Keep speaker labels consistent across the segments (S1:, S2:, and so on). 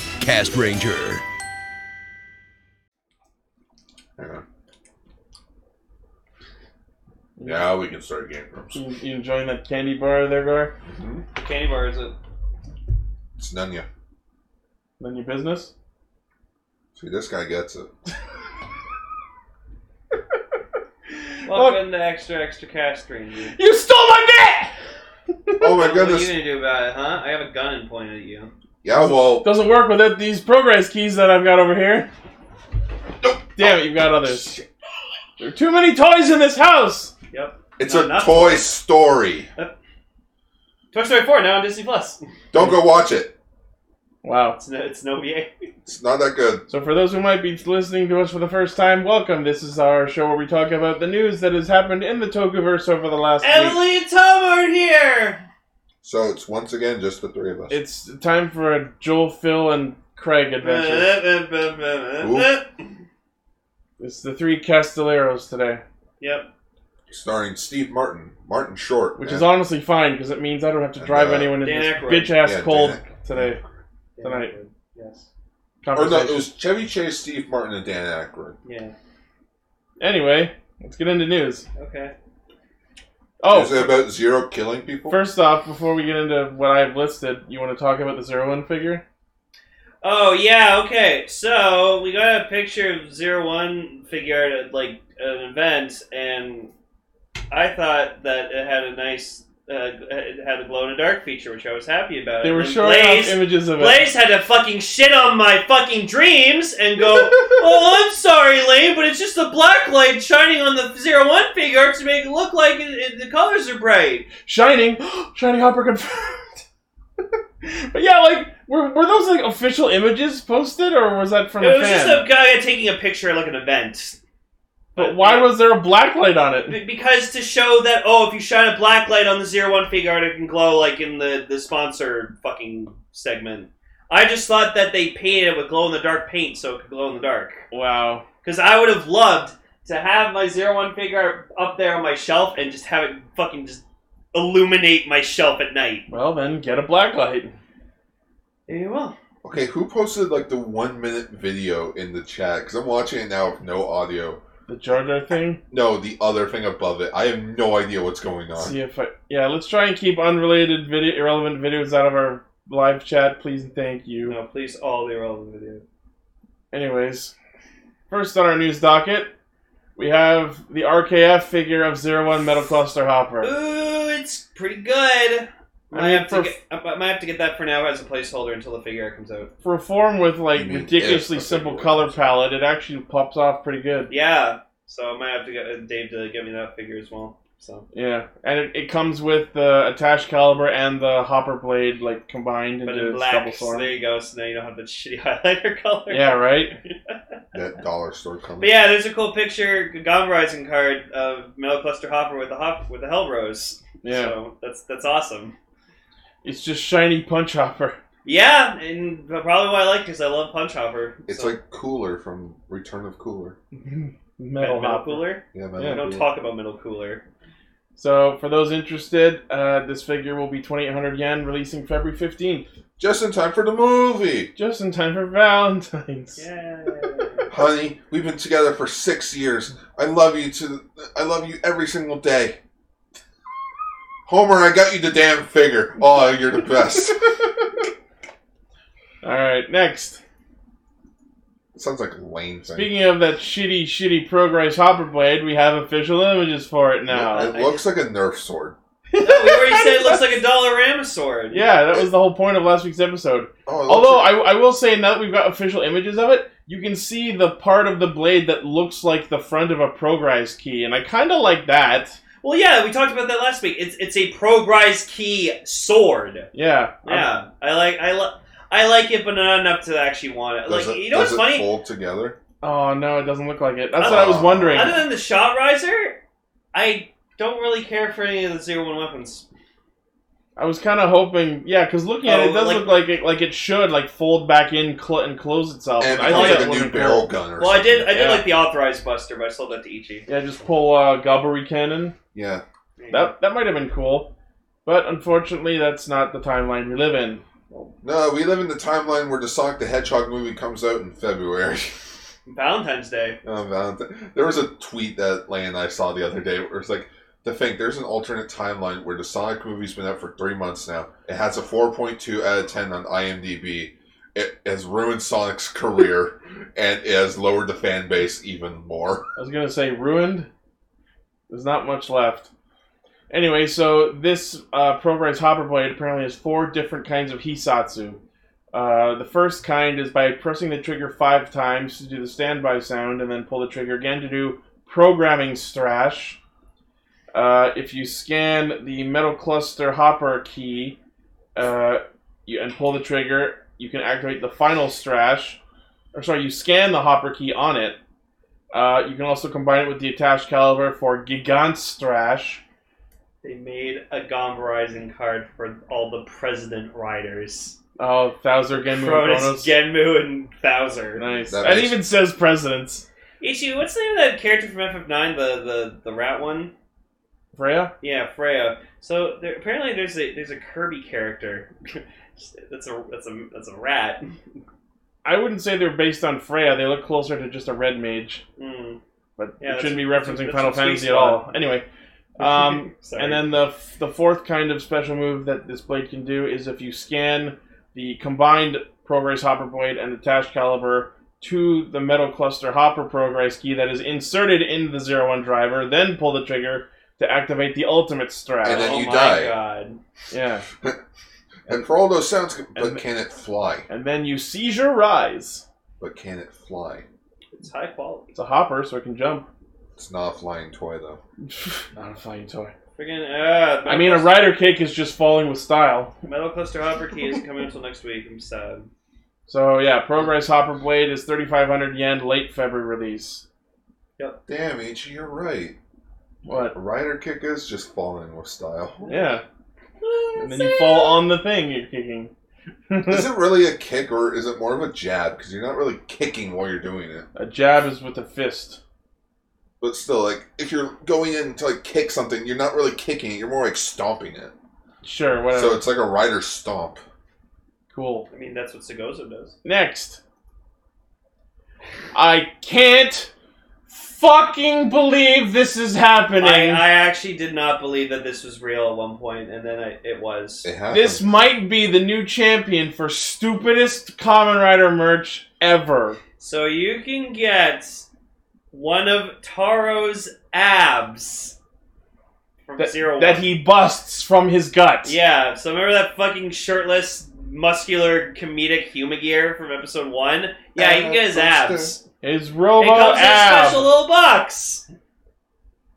S1: Podcast Ranger.
S2: Yeah. Now we can start game rooms.
S3: You, you enjoying that candy bar there, Gar?
S4: Candy bar is it?
S2: It's Nunya.
S3: None your business?
S2: See, this guy gets it.
S4: Welcome to Extra Extra Cast Ranger.
S3: You stole my
S2: Oh my
S4: What are you
S2: goodness.
S4: gonna do about it, huh? I have a gun and pointed at you.
S2: Yeah, well,
S3: bit! Doesn't work without these progress keys that I've got over here. Damn it, you've got others. There are too many toys in this house!
S4: Yep.
S2: it's
S4: No,
S2: a
S4: not-
S2: toy story.
S4: Toy Story 4 now on Disney Plus.
S2: Don't go watch it.
S3: Wow.
S4: It's no, it's no VA.
S2: It's not that good.
S3: So, for those who might be listening to us for the first time, welcome. This is our show where we talk about the news that has happened in the Tokuverse over the last week.
S4: Emily and Tom are here.
S2: So it's once again just the three of us.
S3: It's time for a Joel, Phil, and Craig
S4: Uh.
S3: adventure. It's the three Castelleros today,
S4: Yep.
S2: Starring Steve Martin, Martin Short,
S3: which
S2: and-
S3: is honestly fine because it means I don't have to drive
S2: And, uh,
S3: anyone into
S4: Dan
S3: this
S4: Aykroyd.
S3: bitch ass
S2: Yeah,
S3: cold
S2: Dan
S3: today. Tonight.
S4: Yes.
S2: or no, it
S3: Conversation.
S2: was Chevy Chase, Steve Martin, and Dan Aykroyd.
S4: Yeah.
S3: Anyway, let's get into news.
S4: Okay.
S2: is it
S3: Oh,
S2: about zero killing people?
S3: first off, before we get into what I've listed, you want to talk about the Zero One figure?
S4: Oh yeah, okay. So we got a picture of Zero One figure at like an event, and I thought that it had a nice, uh, it had a glow in the dark feature, which I was happy about.
S3: They were
S4: And
S3: showing off
S4: Uh, Blaze,
S3: images of it.
S4: Blaze had to fucking shit on my fucking dreams and go, "Oh, I'm sorry, Lane, but it's just the black light shining on the Zero One figure to make it look like it, it- the colors are bright."
S3: Shining, Shining Hopper confirmed. but yeah, like were, were those like official images posted, or was that from
S4: it
S3: a
S4: was
S3: fan?
S4: just a guy taking a picture at like an event.
S3: but why was there a black light on it?
S4: B- because to show that oh if you shine a black light on the zero one figure art it can glow like in the the sponsor fucking segment i just thought that they painted it with glow in the dark paint so it could glow in the dark
S3: Wow.
S4: because i would have loved to have my zero one figure art up there on my shelf and just have it fucking just illuminate my shelf at night
S3: Well, then get a black light.
S4: yeah, well
S2: Okay, who posted like the one minute video in the chat? Because I'm watching it now with no audio.
S3: The Jar Jar thing.
S2: No, the other thing above it. I have no idea what's going on.
S3: See if I. Yeah, let's try and keep unrelated video, irrelevant videos out of our live chat, please and thank you.
S4: no please all the irrelevant video
S3: Anyways, first on our news docket, we have the RKF figure of Zero One Metal Cluster Hopper.
S4: ooh it's pretty good I might,
S3: mean,
S4: have
S3: for-
S4: to get, I might have to get that for now as a placeholder until the figure comes out.
S3: For a form with like
S2: You mean
S3: ridiculously
S2: if a
S3: simple
S2: figure
S3: color
S2: was-
S3: palette, it actually pops off pretty good.
S4: Yeah, so I might have to get uh, Dave to give me that figure as well. So,
S3: Yeah, and it, it comes with the attached caliber and the hopper blade like combined
S4: but
S3: into
S4: in
S3: its
S4: black.
S3: double
S4: So there
S3: sword.
S4: you go. So now you don't have the shitty highlighter color.
S3: Yeah, right.
S2: That dollar store comes.
S4: But yeah, there's a cool picture, Gom Rising card of Metal Cluster Hopper with the hop with the Hell Rose.
S3: Yeah,
S4: So that's that's awesome.
S3: it's just shiny punch hopper.
S4: Yeah, and probably why I like because I love Punch Hopper.
S2: It's
S4: So-
S2: like Cooler from Return of Cooler.
S3: Metal,
S4: Metal,
S3: hopper.
S4: Cooler.
S2: Yeah, man.
S3: Yeah.
S4: We don't talk about Metal Cooler.
S3: So for those interested, uh, this figure will be 2,800 yen, releasing February 15th,
S2: Just in time for the movie.
S3: just in time for Valentine's.
S4: Yeah.
S2: Honey, we've been together for six years. I love you to. the- I love you every single day. Homer, I got you the damn figure. Oh, you're the best.
S3: All right, next.
S2: Sounds like a Lane thing.
S3: Speaking of that shitty, shitty Progress Hopper Blade, we have official images for it now.
S2: it looks like a Nerf sword.
S4: no, we already said it looks like a Dollaramasaur.
S3: Yeah, that was the whole point of last week's episode.
S2: Oh, it looks
S3: Although
S2: like-
S3: I, I will say now that we've got official images of it, you can see the part of the blade that looks like the front of a Progress key, and I kind of like that.
S4: Well, yeah, we talked about that last week. It's it's a Progrise Key sword.
S3: Yeah.
S4: Yeah, I like I like I like it, but not enough to actually want it.
S2: does
S4: Like
S2: it-
S4: you know what's
S2: does it
S4: funny?
S2: Fold together.
S3: Oh no, it doesn't look like it. That's what I
S4: Oh.
S3: was
S2: Uh,
S3: wondering.
S4: Other than the shot riser, I don't really care for any of the zero one weapons.
S3: I was kind of hoping, yeah, because looking at it,
S4: Oh,
S3: it does
S4: like-
S3: look like it, like it should, like fold back in cl- and close itself.
S2: And
S3: I
S2: it
S4: think
S2: looks
S4: that
S2: like a new
S3: would've been
S2: barrel
S3: cool.
S2: gun or
S4: Well, I
S2: something.
S4: did I did
S3: Yeah.
S4: like the authorized buster, but I sold that to Ichi.
S3: Yeah, just pull uh, gobbery cannon.
S2: Yeah.
S3: That that might have been cool, but unfortunately, that's not the timeline we live in.
S2: No, we live in the timeline where the Sonic the Hedgehog movie comes out in February.
S4: Valentine's Day.
S2: on Valentine. There was a tweet that Lane and I saw the other day where it was like, to think there's an alternate timeline where the Sonic movie's been out for three months now. It has a 4.2 out of 10 on IMDb. It has ruined Sonic's career and it has lowered the fan base even more.
S3: I was gonna say ruined. There's not much left. Anyway, so this uh, program's hopper blade apparently has four different kinds of hisatsu. Uh, the first kind is by pressing the trigger five times to do the standby sound, and then pull the trigger again to do programming strash. Uh, if you scan the metal cluster hopper key uh, you, and pull the trigger, you can activate the final strash. Or sorry, you scan the hopper key on it, uh, you can also combine it with the attached caliber for Gigant Strash.
S4: They made a Gomberizing card for all the President Riders.
S3: Oh, Thouser Genmu and
S4: Cronus,
S3: Kronos.
S4: Genmu, and Bowser.
S3: nice.
S2: That
S3: And
S2: makes-
S3: even says presidents.
S4: Ichi, what's the name of that character from FF9, the, the, the rat one?
S3: Freya?
S4: Yeah, Freya. So there, apparently there's a there's a Kirby character. that's a that's a that's a rat.
S3: I wouldn't say they're based on Freya. They look closer to just a red mage.
S4: Mm.
S3: But
S4: Yeah,
S3: it shouldn't be
S4: that's-
S3: referencing
S4: that's
S3: Final
S4: a sweet
S3: Fantasy at
S4: spot.
S3: all. Anyway, Um,
S4: Sorry.
S3: And then the f- the fourth kind of special move that this blade can do is if you scan the combined Progress Hopper blade and attached caliber to the metal cluster hopper progress key that is inserted in the zero one driver, then pull the trigger to activate the ultimate strat.
S2: And then
S4: oh
S2: you
S4: my
S2: die.
S4: god.
S3: yeah,
S2: And for all those sounds, but
S3: And-
S2: can it fly?
S3: and then you seizure rise.
S2: But can it fly?
S4: It's high quality.
S3: It's a hopper, so it can jump.
S2: It's not a flying toy, though.
S3: Not a flying toy.
S4: Friggin' uh,
S3: I mean, a rider cake is just falling with style.
S4: Metal Cluster Hopper Key isn't coming until next week. I'm sad.
S3: So yeah, Progress Hopper Blade is 3,500 yen, late February release.
S2: Damn, Ichi, you're right.
S3: What?
S2: Rider kick is just falling with style.
S3: Yeah. And then you fall on the thing you're kicking.
S2: is it really a kick or is it more of a jab? Because you're not really kicking while you're doing it.
S3: A jab is with a fist.
S2: But still, like if you're going in to like kick something, you're not really kicking it. You're more like stomping it.
S3: Sure, whatever.
S2: So it's like a rider stomp.
S3: cool.
S4: I mean, that's what Segozo does.
S3: Next. I can't fucking believe this is happening.
S4: I, I actually did not believe that this was real at one point, and then I, it was.
S2: It happens.
S3: this might be the new champion for stupidest Common Rider merch ever.
S4: So you can get one of Taro's abs from Zero
S3: That
S4: One.
S3: he busts from his gut.
S4: Yeah, so remember that fucking shirtless, muscular, comedic Huma gear from episode one? Yeah, you can get his abs.
S3: His
S4: It
S3: robo
S4: comes in a
S3: ab.
S4: special little box.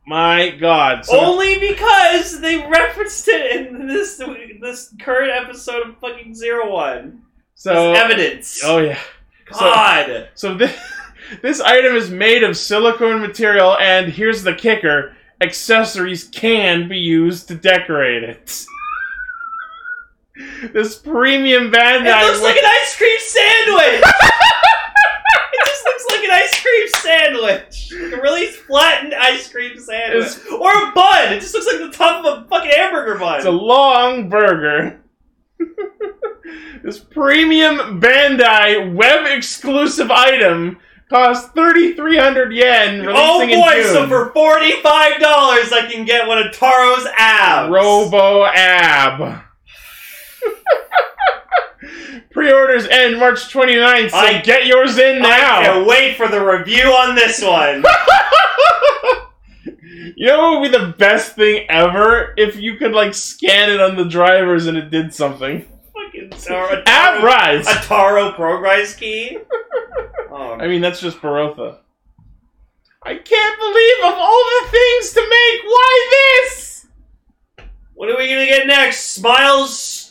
S3: My god. So
S4: Only because they referenced it in this this current episode of fucking Zero One.
S3: so
S4: It's Ah, evidence.
S3: Oh yeah. so-
S4: God.
S3: So this this item is made of silicone material, and here's the kicker: accessories can be used to decorate it. this premium
S4: it
S3: Bandai.
S4: looks like an ice cream sandwich! it just looks like an ice cream sandwich. Like a really flattened ice cream sandwich. or a bun! It just looks like the top of a fucking hamburger bun.
S3: it's a long burger. this premium Bandai web exclusive item costs 3,300 yen. Releasing
S4: Oh boy,
S3: in June.
S4: so for $45 I can get one of Taro's abs.
S3: Robo Ab. Pre-orders end March 29th, so
S4: I-
S3: get yours in
S4: I
S3: now.
S4: can't wait for the review on this one.
S3: You know what would be the best thing ever if you could like scan it on the drivers and it did something.
S4: fucking Taro.
S3: Ab Rise.
S4: A Taro Progrise key? Oh,
S3: I mean, that's just Barotha. I can't believe of all the things to make, why this?
S4: What are we gonna get next? Smiles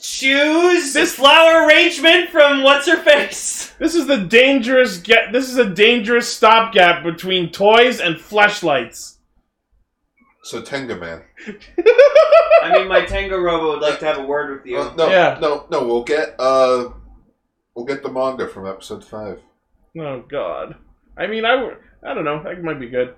S3: This-
S4: shoes? This flower arrangement from what's her face?
S3: This is the dangerous get. This is a dangerous stopgap between toys and flashlights.
S2: so Tenga Man.
S4: I mean, my Tango Robo would like to have a word with
S2: Uh, no,
S3: Yeah.
S2: no, no. We'll get uh, we'll get the manga from episode five.
S3: Oh God. I mean, I w- I don't know. That might be good.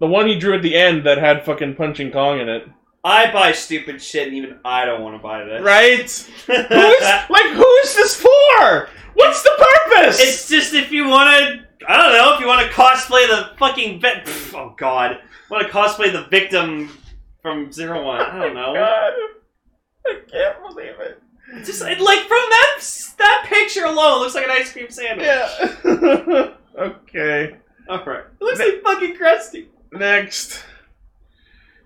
S3: the one he drew at the end that had fucking punching Kong in it.
S4: I buy stupid shit, and even I don't want to buy this.
S3: Right? Who's like who's this for? What's the purpose?
S4: It's just if you want to, I don't know, if you want to cosplay the fucking vet. pff, Oh god, want to cosplay the victim from Zero One? I don't know.
S3: God. I can't believe it.
S4: Just it- like from that that picture alone, it looks like an ice cream sandwich.
S3: Yeah. okay.
S4: All right. It looks like fucking crusty.
S3: Next.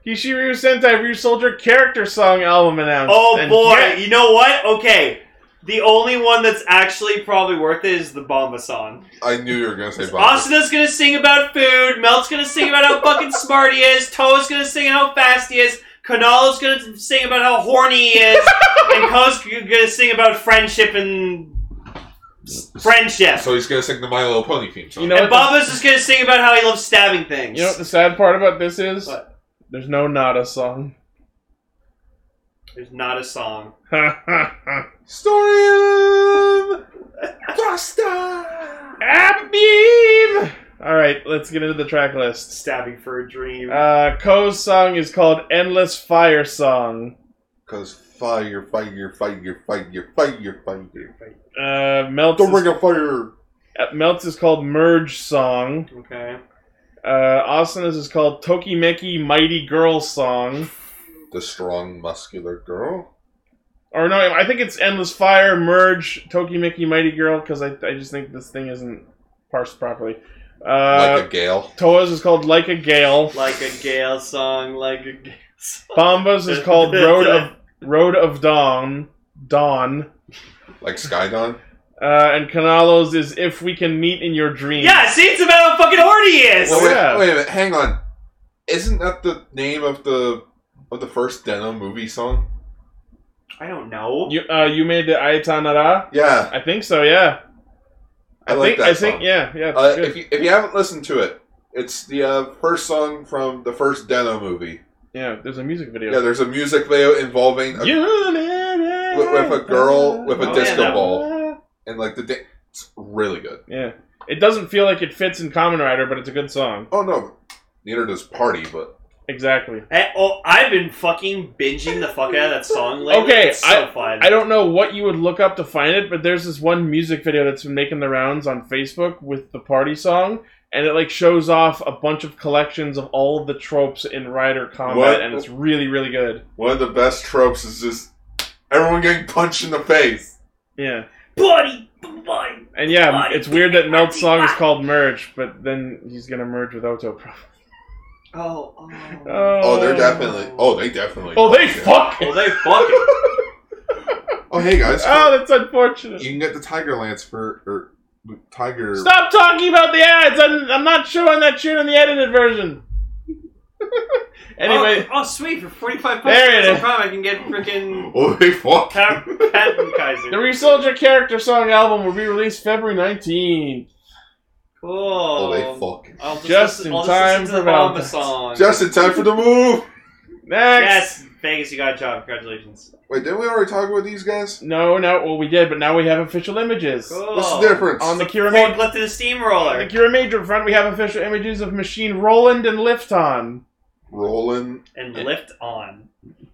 S3: Kishiru Sentai Ryu Soldier character song album announced.
S4: Oh
S3: And
S4: boy,
S3: yeah,
S4: you know what? Okay. The only one that's actually probably worth it is the Bomba song.
S2: I knew you were gonna say Bob.
S4: Asuna's gonna sing about food, Melt's gonna sing about how fucking smart he is, Toa's gonna sing how fast he is, Kanalo's gonna sing about how horny he is, and Ko's gonna sing about friendship and friendship.
S2: So he's gonna sing the My Little Pony theme song.
S3: You know-
S4: and Bomba's just gonna sing about how he loves stabbing things.
S3: You know what the sad part about this is?
S4: What?
S3: There's no Nada song.
S4: There's not a song.
S2: Story of Frosta.
S3: Abib! Alright, let's get into the track list.
S4: Stabbing for a dream.
S3: Uh, Ko's song is called Endless Fire Song.
S2: Cause fire, fire, fire, fire, fire, fire.
S3: Uh, Melts,
S2: The
S3: is,
S2: ring of fire.
S3: uh, Melts is called Merge Song.
S4: okay.
S3: Uh, Asuna's is called Tokimeki Mighty Girl Song.
S2: The strong, muscular girl.
S3: Or no, I think it's Endless Fire, Merge, Tokimeki Mighty Girl, because I, I just think this thing isn't parsed properly. Uh,
S2: like a gale.
S3: Toa's is called Like a Gale.
S4: Like a Gale song, like a Gale song.
S3: Bombas is called Road of Road of Dawn. Dawn.
S2: Like Skydon.
S3: Uh, and Canalos is If We Can Meet in Your Dreams.
S4: Yeah, see, it's about how fucking horny he is.
S2: Well, wait,
S3: Yeah.
S2: wait a minute. Hang on. Isn't that the name of the of the first Denim movie song?
S4: I don't know.
S3: You uh, you made the Ayatanara?
S2: Yeah.
S3: I think so, yeah.
S2: I like
S3: think
S2: that
S3: I think
S2: song.
S3: yeah, yeah. it's
S2: Uh,
S3: good.
S2: if you if you haven't listened to it, it's the uh, first song from the first Denim movie.
S3: yeah, there's a music video.
S2: Yeah, there's a music video involving a,
S3: You made
S2: With- with a girl with
S4: a Oh, disco yeah, that
S2: ball. and like the da- it's really good.
S3: Yeah. It doesn't feel like it fits in Common Rider, but it's a good song.
S2: Oh no, neither does Party, but
S3: Exactly.
S4: I, oh, I've been fucking binging the fuck out of that song lately.
S3: Okay,
S4: it's so fun.
S3: I don't know what you would look up to find it, but there's this one music video that's been making the rounds on Facebook with the party song, and it like shows off a bunch of collections of all of the tropes in Rider Combat,
S2: What?
S3: and it's really really good.
S2: one of the best tropes is just everyone getting punched in the face.
S3: Yeah,
S4: Buddy, buddy.
S3: and yeah, it's weird that Melt's song is called Merge, but then he's gonna merge with Oto. Probably.
S4: Oh, oh.
S3: Uh,
S2: Oh, they're definitely. Oh, they definitely.
S3: Oh, they
S2: Yeah.
S3: fuck.
S4: Well, they fucking.
S2: Oh, hey guys,
S3: Oh, that's unfortunate.
S2: you can get the Tiger Lance for or Tiger.
S3: Stop talking about the ads. I'm, I'm not showing that shit in the edited version. anyway.
S4: Oh, oh, sweet. For 45 bucks,
S3: There it
S4: no
S3: is.
S4: problem. I can get freaking.
S2: Oh, they fuck.
S4: Cat and Kaiser.
S3: The Resoldier character song album will be released February 19th.
S4: cool.
S2: Oh, they fuck.
S4: I'll just,
S3: Just
S4: listen,
S3: in
S4: I'll just
S3: time
S4: listen
S3: for
S4: to the Bomba
S3: Valentine's.
S4: song.
S2: Just in time for the move.
S3: Next.
S4: yes, Vegas, you got a job. Congratulations.
S2: Wait, didn't we already talk about these guys?
S3: No, no, well, we did, but now we have official images.
S4: Cool.
S2: What's the difference?
S3: On the Kira, Ma-
S4: Forklift and a steamroller.
S3: the Kira Major front, we have official images of Machine Roland and Lift On.
S2: Rolling.
S4: and lift on.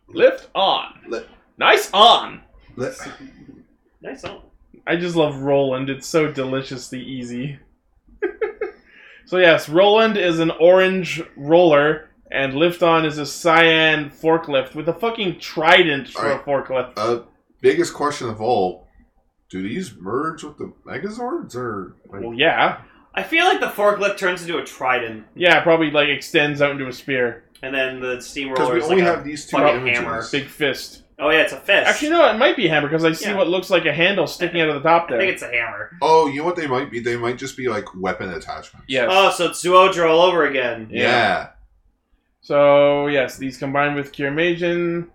S3: Lift On.
S2: Li-
S3: nice on.
S4: Nice song.
S3: I just love Roland. It's so deliciously easy. so, yes, Roland is an orange roller, and Lift On is a cyan forklift with a fucking trident for a
S2: Alright.
S3: forklift.
S2: Uh, biggest question of all: Do these merge with the Megazords or? like-
S3: well, yeah.
S4: I feel like the forklift turns into a trident,
S3: Yeah, probably like extends out into a spear.
S4: and then the steamroller.
S2: Because we
S4: is
S2: only
S4: like a-
S2: have these two
S4: fucking
S2: images.
S4: hammer.
S3: Big fist.
S4: oh yeah, it's a fist.
S3: Actually, no, it might be a hammer because I see
S4: Yeah.
S3: what looks like a handle sticking out of the top
S4: I
S3: there.
S4: think it's a hammer.
S2: Oh, you know what they might be? They might just be like weapon attachments.
S3: yes.
S4: Oh, so it's Zuodra all over again.
S3: Yeah.
S2: Yeah.
S3: so yes, these combined with Kirmagen,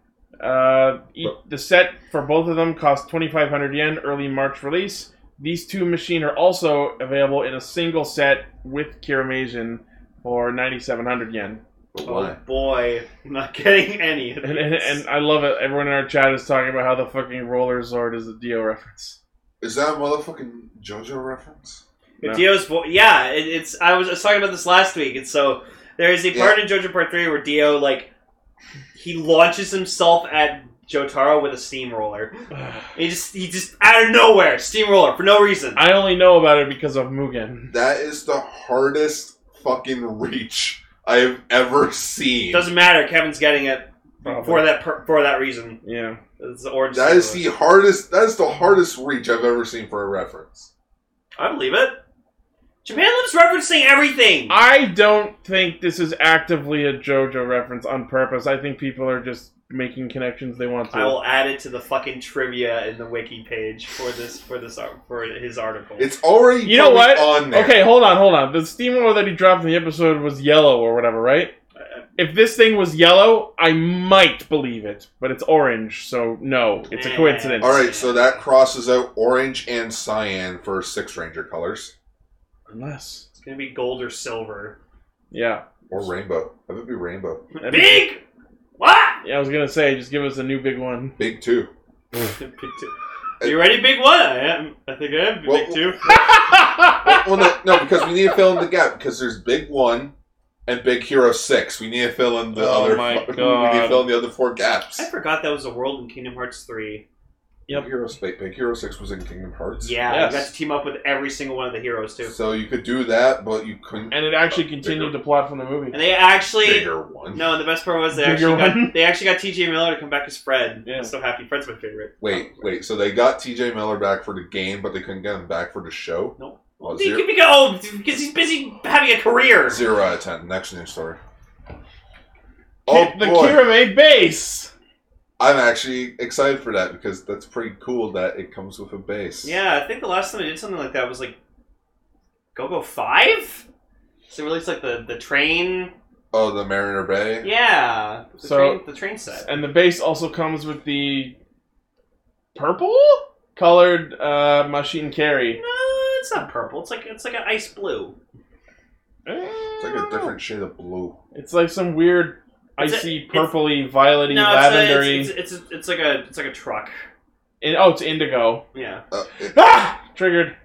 S3: uh, each, the set for both of them cost 2,500 yen. Early March release. These two machine are also available in a single set with Kirmagen for 9,700 yen.
S2: But
S4: Oh
S2: why?
S4: boy, I'm not getting any. Of
S3: And, and,
S4: these.
S3: and I love it. Everyone in our chat is talking about how the fucking roller zord is a Dio reference.
S2: Is that a motherfucking JoJo reference?
S3: No.
S4: Dio's vo- yeah, it, it's. I was, I was talking about this last week, and so there is a part in JoJo Part Three where Dio like he launches himself at Jotaro with a steamroller. He just he just out of nowhere steamroller for no reason.
S3: I only know about it because of Mugen.
S2: That is the hardest fucking reach I have ever seen.
S4: Doesn't matter. Kevin's getting it for that per, for that reason.
S3: Yeah.
S4: It's the orange.
S2: That is
S4: steamroller.
S2: the hardest. That is the hardest reach I've ever seen for a reference.
S4: I believe it. Japan loves referencing everything.
S3: I don't think this is actively a JoJo reference on purpose. I think people are just making connections they want to.
S4: I will add it to the fucking trivia in the wiki page for this for this ar- for his article.
S2: It's already
S3: You know
S2: probably
S3: what?
S2: on there.
S3: Okay, hold on, hold on. The steamroller that he dropped in the episode was yellow or whatever, right?
S4: Uh,
S3: If this thing was yellow, I might believe it, but it's orange, so no, it's a
S4: Eh.
S3: coincidence.
S2: All right, so that crosses out orange and cyan for Six Ranger colors
S3: Unless,
S4: It's gonna be gold or silver.
S3: yeah,
S2: or rainbow. That would be rainbow.
S3: That'd be
S4: Big. What?
S3: yeah. I was gonna say, just give us a new big one.
S2: Big two.
S4: You ready, big one? I am. I think I am big
S2: Well-
S4: two.
S2: Oh, well, no, no, because we need to fill in the gap because there's Big One and Big Hero Six. We need to fill in the
S3: Oh
S2: other.
S3: my
S2: we need to
S3: God.
S2: fill in the other four gaps.
S4: I forgot that was a world in Kingdom Hearts three.
S3: Yep.
S2: Big Hero Six. Big Hero Six was in Kingdom Hearts.
S4: Yeah,
S3: Yes.
S4: you got to team up with every single one of the heroes too.
S2: So you could do that, but you couldn't.
S3: And it actually continued the plot from the movie.
S4: And they actually
S2: bigger one.
S4: no. The best part was they
S3: Bigger
S4: actually
S3: one.
S4: got, they actually got T.J. Miller to come back as Fred.
S3: Yeah.
S4: I'm so happy. Fred's my favorite.
S2: Wait, wait. So they got T.J. Miller back for the game, but they couldn't get him back for the show.
S4: Nope.
S2: Well,
S4: He
S2: zero,
S4: could be oh because he's busy having a career.
S2: zero out of ten. Next news story. Oh
S4: Oh,
S3: Ki- the
S2: boy,
S3: Kirame base.
S2: I'm actually excited for that because that's pretty cool that it comes with a base.
S4: Yeah, I think the last time I did something like that was like Go Go Five. So they released like the the train.
S2: Oh, the Mariner Bay.
S4: Yeah, the
S3: So-
S4: train, the train set.
S3: And the base also comes with the purple colored uh, machine
S4: No,
S3: carry.
S4: it's not purple. It's like it's like an ice blue.
S2: It's like a different shade of blue.
S3: It's like some weird
S4: It's a-
S3: icy,
S4: it's-
S3: purpley, violety,
S4: no, it's, a,
S3: lavendery.
S4: it's, it's, it's it's like a it's like a truck.
S3: in- oh, it's indigo.
S4: Yeah.
S2: Uh, it-
S3: Ah! Triggered.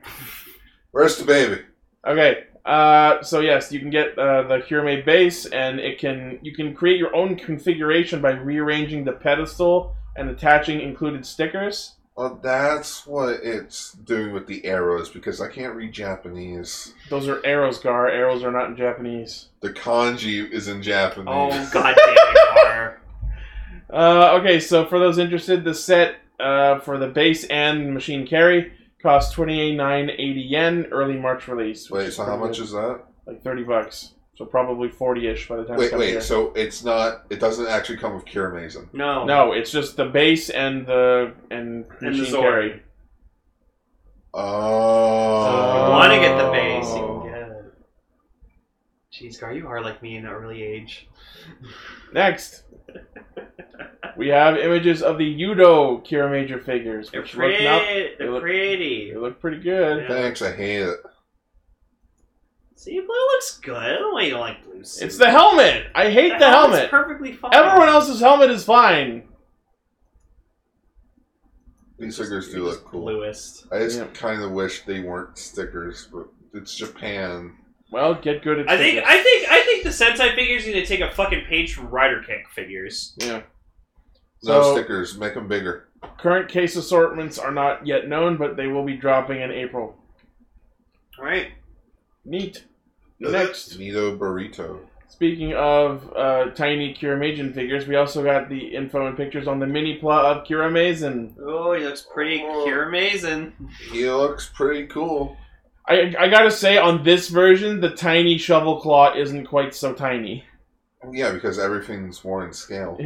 S2: where's the baby?
S3: Okay. Uh, so yes, you can get uh, the Kirame base, and it can you can create your own configuration by rearranging the pedestal and attaching included stickers.
S2: Well, that's what it's doing with the arrows because I can't read Japanese.
S3: Those are arrows, Gar. Arrows are not in Japanese.
S2: The kanji is in
S3: Mm.
S2: Japanese.
S4: Oh god damn it, car.
S3: Uh, okay, so for those interested, the set uh, for the base and machine carry costs twenty nine eighty yen. Early March release. which
S2: Wait, so how
S3: pretty
S2: much
S3: good.
S2: is that?
S3: like thirty bucks? So probably forty ish by the time. it
S2: Wait,
S3: comes
S2: wait.
S3: here.
S2: So it's not. It doesn't actually come with Cure Amazing.
S4: No.
S3: No, it's just the base and the and
S4: And
S3: machine
S4: the sword.
S3: carry.
S4: So if you
S2: Oh.
S4: want to get the base, you can get it. Jeez, Gar, you are like me in an early age.
S3: Next, we have images of the Yudo Kira Major figures,
S4: They're
S3: which look not.
S4: pretty.
S3: they
S4: They're
S3: look- They
S4: pretty.
S3: look pretty good.
S4: Yeah.
S2: Thanks, I hate it.
S4: See, blue looks good. I don't know why you don't like blue. suit.
S3: It's the helmet. I hate the,
S4: helmet's
S3: helmet.
S4: Perfectly fine.
S3: Everyone else's helmet is fine.
S2: These
S4: Just-
S2: figures do
S4: you're just
S2: look cool.
S4: Bluest.
S2: I just
S3: Yeah.
S2: kind of wish they weren't stickers, but it's Japan.
S3: Well, get good at.
S4: I think.
S3: figures.
S4: I think. I think the Sentai figures need to take a fucking page from Rider Kick figures.
S3: Yeah.
S2: No
S3: So-
S2: stickers. Make them bigger.
S3: Current case assortments are not yet known, but they will be dropping in April.
S4: All right.
S3: Neat. Next,
S2: Nito burrito.
S3: speaking of uh, tiny Kiramajin figures, we also got the info and pictures on the mini plot of Kiramazin.
S4: Oh, he looks pretty.
S2: Oh.
S4: Cure amazing.
S2: He looks pretty cool.
S3: I, I gotta say, on this version, the tiny shovel claw isn't quite so tiny.
S2: Yeah, because everything's more in scale.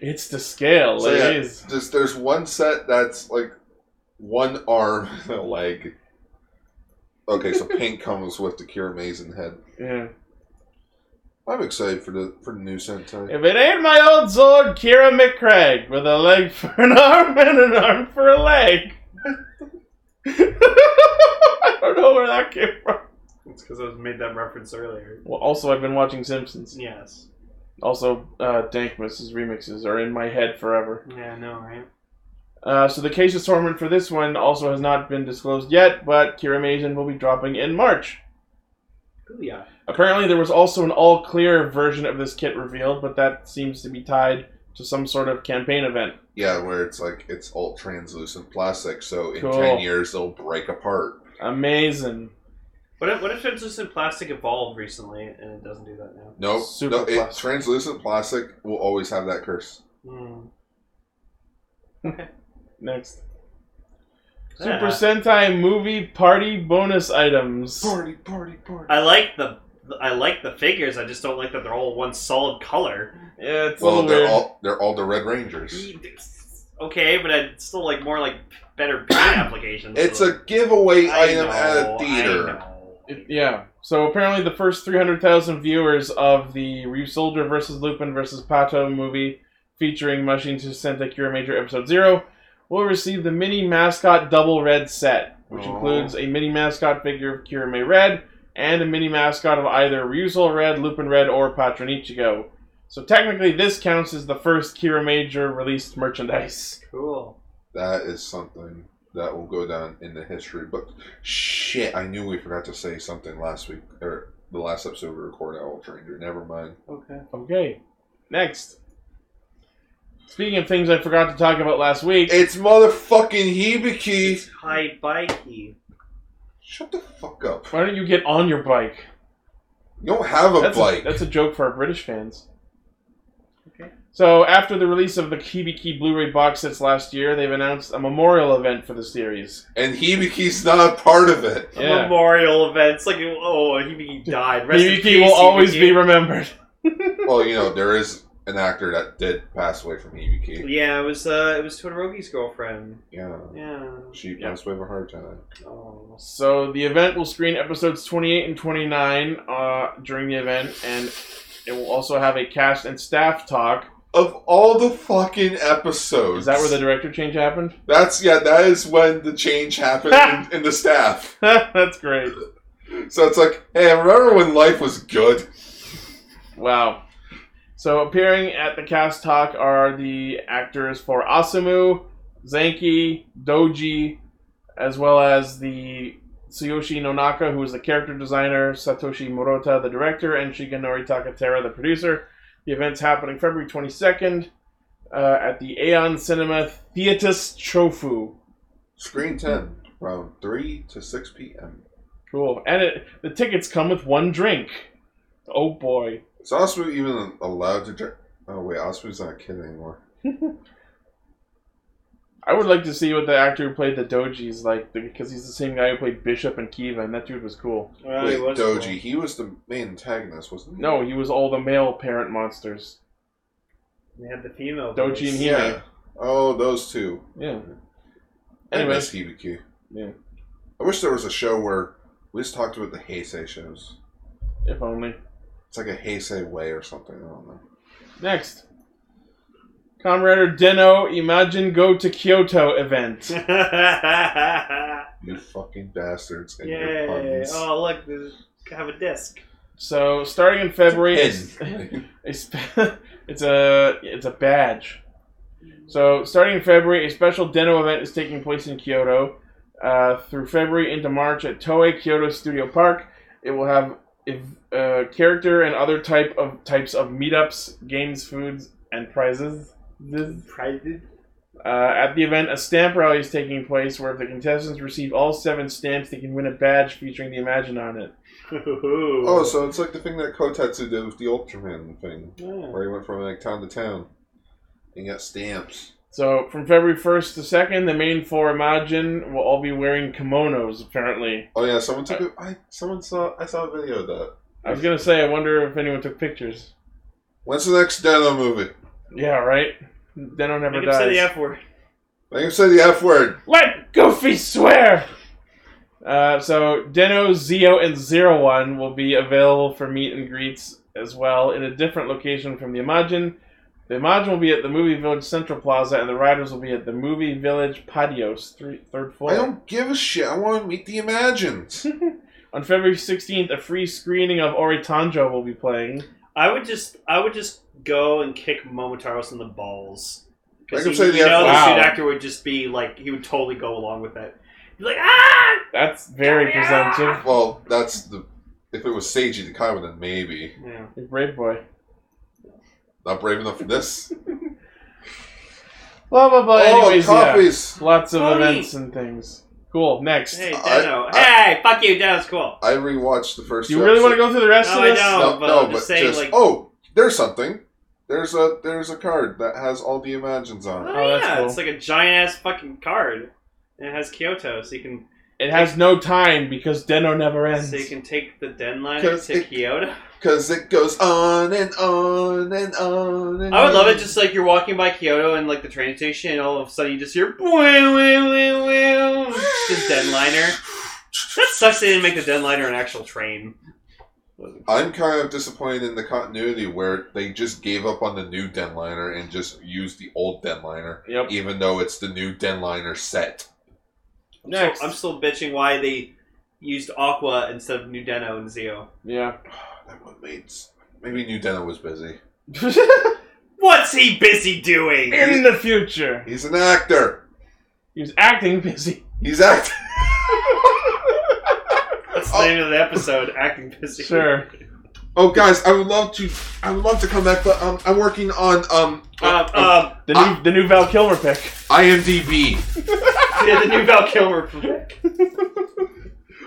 S3: It's to scale.
S2: So,
S3: it
S2: yeah.
S3: is.
S2: Just there's one set that's like one arm and a leg. Okay, so pink comes with the Kira Mason head.
S3: Yeah.
S2: I'm excited for the for the new Sentai.
S3: If it ain't my old sword, Kira McCraig, with a leg for an arm and an arm for a leg. I don't know where that came from.
S4: It's because I was made that reference earlier.
S3: Well, also, I've been watching Simpsons.
S4: Yes.
S3: Also, uh, Dankmas's remixes are in my head forever.
S4: Yeah, I know, right?
S3: Uh, so the case assortment for this one also has not been disclosed yet, but Kira Mazen will be dropping in March.
S4: Yeah.
S3: Apparently, there was also an all-clear version of this kit revealed, but that seems to be tied to some sort of campaign event.
S2: Yeah, where it's like it's all translucent plastic, so in
S3: Cool.
S2: ten years they'll break apart.
S3: Amazing.
S4: What if, what if translucent plastic evolved recently and it doesn't do that now?
S2: Nope.
S3: Super
S2: no, it,
S3: plastic.
S2: translucent plastic will always have that curse.
S4: Hmm.
S3: Next. Super
S4: Yeah.
S3: Sentai movie party bonus items.
S2: Party, party, party.
S4: I like the I like the figures. I just don't like that they're all one solid color.
S3: Yeah, it's a
S2: well,
S3: little
S2: they're
S3: weird.
S2: all they're all the Red Rangers.
S4: Okay, but I'd still like more like better paint applications.
S2: It's
S4: So-
S2: a giveaway
S4: I
S2: item at
S4: know,
S2: a
S4: I
S2: theater.
S4: know.
S3: It- yeah. So apparently, the first 300,000 viewers of the Reeve Soldier versus Lupin versus Pato movie featuring Mushin to Senta Cure Major Episode 0 will receive the mini mascot double red set, which
S2: Aw.
S3: includes a mini mascot figure of Kirame Red and a mini mascot of either Ryuzel Red, Lupin Red, or Patronichigo. So technically, this counts as the first Kira Major released merchandise.
S4: Cool.
S2: That is something that will go down in the history. But shit, I knew we forgot to say something last week or the last episode we recorded. Ultra Ranger. Never mind.
S4: Okay.
S3: Okay, next. Speaking of things I forgot to talk about last week,
S2: It's motherfucking Hibiki.
S4: Hi, bikey.
S2: Shut the fuck up.
S3: Why don't you get on your bike?
S2: You don't have a
S3: That's
S2: bike.
S3: A, that's a joke for our British fans.
S4: Okay.
S3: So after the release of the Hibiki Blu-ray box sets last year, they've announced a memorial event for the series.
S2: and Hibiki's not a part of it.
S4: A
S3: Yeah.
S4: Memorial events like oh he died. Rest in
S3: Hibiki
S4: peace,
S3: will always
S4: Hibiki.
S3: be remembered.
S2: Well, you know, there is an actor that did pass away from Hibiki.
S4: Yeah, it was uh, it was Todoroki's girlfriend.
S2: Yeah.
S4: Yeah.
S2: She
S3: Yeah.
S2: passed away of a heart attack.
S4: Oh.
S3: So the event will screen episodes 28 and 29 uh, during the event, and it will also have a cast and staff talk.
S2: Of all the fucking episodes.
S3: Is that where the director change happened?
S2: That's, yeah, that is when the change happened in, in the staff.
S3: That's great.
S2: So it's like, hey, remember when life was good?
S3: Wow. So appearing at the cast talk are the actors for Asamu, Zanki, Doji, as well as the Tsuyoshi Nonaka, who is the character designer, Satoshi Murata, the director, and Shigenori Takatera, the producer. The event's happening February 22nd uh, at the Aeon Cinema Theatus Chofu.
S2: Screen 10, around 3 to 6 p.m.
S3: Cool. And it, the tickets come with one drink. Oh boy.
S2: Is Osmu even allowed to drink? Oh, wait, Osmu's not a kid anymore.
S3: I would like to see what the actor who played the Doji's like because he's the same guy who played Bishop and Kiva, and that dude was cool.
S4: Well,
S2: wait,
S4: he was
S2: Doji, he was the main antagonist, wasn't he?
S3: No, he was all the male parent monsters.
S4: cool. They had the female.
S3: Doji
S4: voice.
S3: and he-
S2: Yeah. Oh, those two.
S3: Yeah.
S2: Anyway. I
S3: Anyway,
S2: miss Hibiki.
S3: Yeah.
S2: I wish there was a show where we just talked about the Heisei shows.
S3: if only.
S2: It's like a Heisei way or something. I don't know.
S3: Next. Comrade Deno Imagine Go to Kyoto event.
S2: You fucking bastards and your
S4: Yay!
S2: puns.
S4: Oh look, there's- have a disc.
S3: So starting in February, it's,
S2: Pin.
S3: it's, it's a it's a badge. So starting in February, a special Deno event is taking place in Kyoto uh, through February into March at Toei Kyoto Studio Park. It will have if, uh, character and other type of types of meetups, games, foods, and prizes. This-
S4: Prizes.
S3: Uh, at the event, a stamp rally is taking place where if the contestants receive all seven stamps, they can win a badge featuring the Imagine on it.
S2: oh,
S4: oh,
S2: so it's like the thing that Kotetsu did with the Ultraman thing,
S4: yeah.
S2: where he went from like town to town and got stamps.
S3: So from February 1st to 2nd, the main four Imagine will all be wearing kimonos, apparently.
S2: Oh yeah, someone took. a- I someone saw. I saw a video of that.
S3: I was going to say, I wonder if anyone took pictures.
S2: When's the next Deno movie?
S3: Yeah, right? Deno never
S4: Make him
S3: dies.
S4: say the F word.
S2: Make him say the F word.
S3: Let Goofy swear! Uh, so Deno, Zeo, and Zero One will be available for meet and greets as well in a different location from the Imagine. The Imagine will be at the Movie Village Central Plaza, and the riders will be at the Movie Village Patios, three, third floor.
S2: I don't give a shit. I want to meet the Imagines.
S3: On February 16th, a free screening of Ori Tanjo will be playing.
S4: I would just, I would just go and kick Momotaros in the balls.
S2: Make
S4: Because
S2: him
S4: you
S2: say
S4: know
S2: the F
S4: the
S3: word.
S4: suit actor would just be like, he would totally go along with that. He'd be like, ah!
S3: That's very presumptive.
S2: Well, that's the. If it was Seiji Takaiwa, then maybe.
S4: Yeah.
S3: Brave boy.
S2: Not brave enough for this.
S3: Blah blah blah.
S2: oh,
S3: Anyways, yeah.
S2: copies!
S3: Lots of
S4: Funny.
S3: events and things. Cool. Next.
S4: Hey,
S2: I-
S4: Dano.
S2: uh, I-
S4: hey, fuck you, Dano's cool.
S2: I rewatched the first.
S3: Do you really want to go through the rest
S4: No,
S3: of
S4: I
S3: this?
S4: don't.
S2: No,
S4: but
S2: no,
S4: I'm
S2: but
S4: just
S2: just,
S4: saying, like-
S2: oh, there's something. There's a there's a card that has all the Imagines on
S4: Oh,
S2: it.
S3: Oh, that's
S4: yeah,
S3: cool.
S4: it's like a giant ass fucking card, and it has Kyoto, so you can
S3: It has no time because Deno never ends.
S4: so you can take the Den liner
S2: Because
S4: to
S2: it-
S4: Kyoto.
S2: Cause it goes on and on and on. And
S4: I would love
S2: on.
S4: it just like you're walking by Kyoto and like the train station, and all of a sudden you just hear "Wah, wah, wah, wah," the Den liner. That sucks. They didn't make the Den liner an actual train.
S2: I'm kind of disappointed in the continuity where they just gave up on the new Denliner and just used the old Denliner,
S3: Yep.
S2: even though it's the new Denliner set.
S4: I'm
S3: Next.
S4: still- I'm still bitching why they used Aqua instead of Nudeno and Zeo.
S3: Yeah.
S2: That one leads. Maybe New Denno was busy.
S4: What's he busy doing?
S3: In the future,
S2: He's an actor.
S3: he was acting busy.
S2: He's acting.
S4: That's the name of the episode. Acting busy.
S3: oh. Sure.
S2: Oh, guys, I would love to. I would love to come back, but um, I'm working on um
S4: Um, um,
S3: The new the new Val Kilmer pick.
S2: IMDb.
S4: yeah, the new Val Kilmer. from-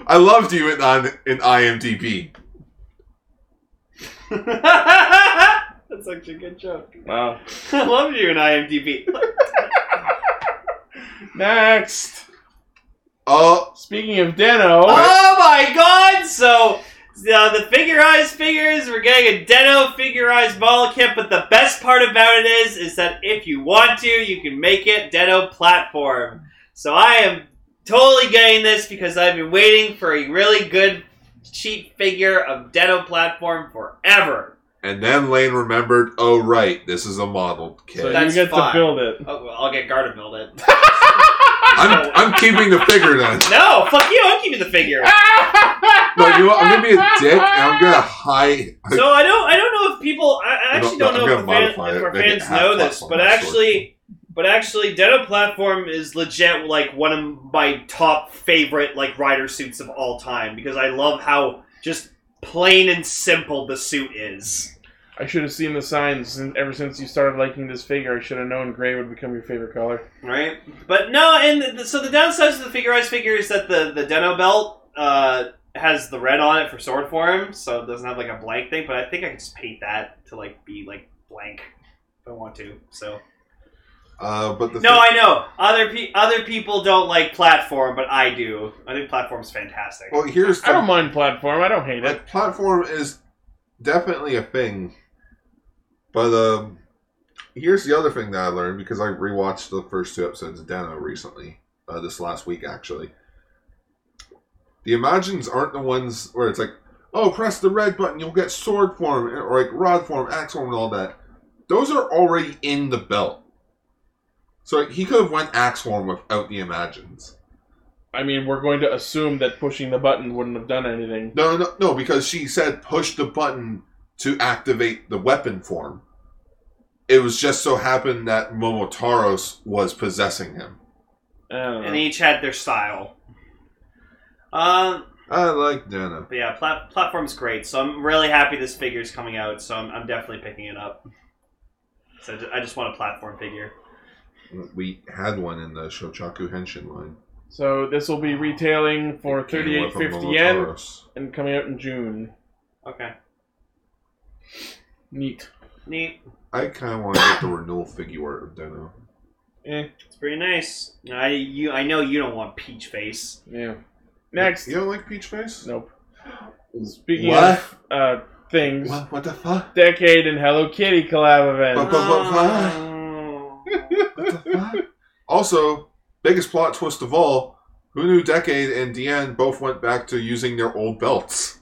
S2: I loved you in on in IMDb.
S4: That's actually a good joke.
S3: Wow.
S4: I loved you in IMDb.
S3: Next.
S2: Oh,
S3: Speaking of Deno,
S4: Oh my god! So uh, the figure eyes figures, we're getting a Deno figure eyes model kit, but the best part about it is, is that if you want to, you can make it Deno platform. So I am totally getting this because I've been waiting for a really good cheap figure of Deno platform forever.
S2: and then Lane remembered. Oh, right, this is a model kid.
S3: so you
S4: that's
S3: get to
S4: fine.
S3: build it.
S4: Oh, well, I'll get Garda build it.
S2: I'm I'm keeping the figure then.
S4: No, fuck you! I'm keeping the figure.
S2: No, you know what? I'm gonna be a dick and I'm gonna hide.
S4: So I don't I don't know if people I, I
S2: I
S4: actually
S2: don't-
S4: don't,
S2: I'm
S4: know if,
S2: gonna
S4: the
S2: modify
S4: fan, if
S2: it,
S4: our
S2: make it
S4: fans know this,
S2: half-platform,
S4: but
S2: not short.
S4: actually, but actually, Deno Platform is legit like one of my top favorite like rider suits of all time because I love how just plain and simple the suit is.
S3: I should have seen the signs since, ever since you started liking this figure. I should have known gray would become your favorite color.
S4: Right, but no, and the, so the downsides of the figure ice figure is that the the Deno belt uh, has the red on it for sword form, so it doesn't have like a blank thing. But I think I can just paint that to like be like blank if I want to. So
S2: Uh, but the thing-
S4: No, I know. Other pe- other people don't like platform, but I do. I think platform's fantastic.
S2: well, here's
S3: I don't
S2: the
S3: mind platform. I don't hate it.
S2: like platform is definitely a thing, but um, here's the other thing that I learned because I rewatched the first two episodes of Dano recently, uh, this last week actually. The Imagines aren't the ones where it's like, oh, press the red button, you'll get sword form or like rod form, axe form, and all that. Those are already in the belt. So he could have went axe form without the Imagines.
S3: I mean, we're going to assume that pushing the button wouldn't have done anything.
S2: No, no, no, because she said push the button to activate the weapon form. It was just so happened that Momotaro was possessing him.
S3: I don't know.
S4: and they each had their style. Um,
S2: I like Dana.
S4: but yeah, plat- platform's great. So I'm really happy this figure's coming out. So I'm, I'm definitely picking it up. So ju- I just want a platform figure.
S2: uh, We had one in the Shochaku Henshin line.
S3: so this will be retailing for
S2: Came with
S3: thirty-eight
S2: a
S3: fifty yen
S2: Momotaro.
S3: and coming out in June.
S4: Okay,
S3: Neat.
S4: neat.
S2: I kind of want to get the renewal figure of Dana.
S3: Eh,
S4: It's pretty nice. I you I know you don't want peach face.
S3: yeah. Next.
S2: You don't like Peach Face?
S3: Nope. Speaking
S2: what?
S3: of uh, things,
S2: what? What the fuck?
S3: Decade and Hello Kitty collab
S2: But-
S3: event.
S2: but- but- but-
S4: Oh.
S2: What the fuck? also, biggest plot twist of all, who knew Decade and Deanne both went back to using their old belts?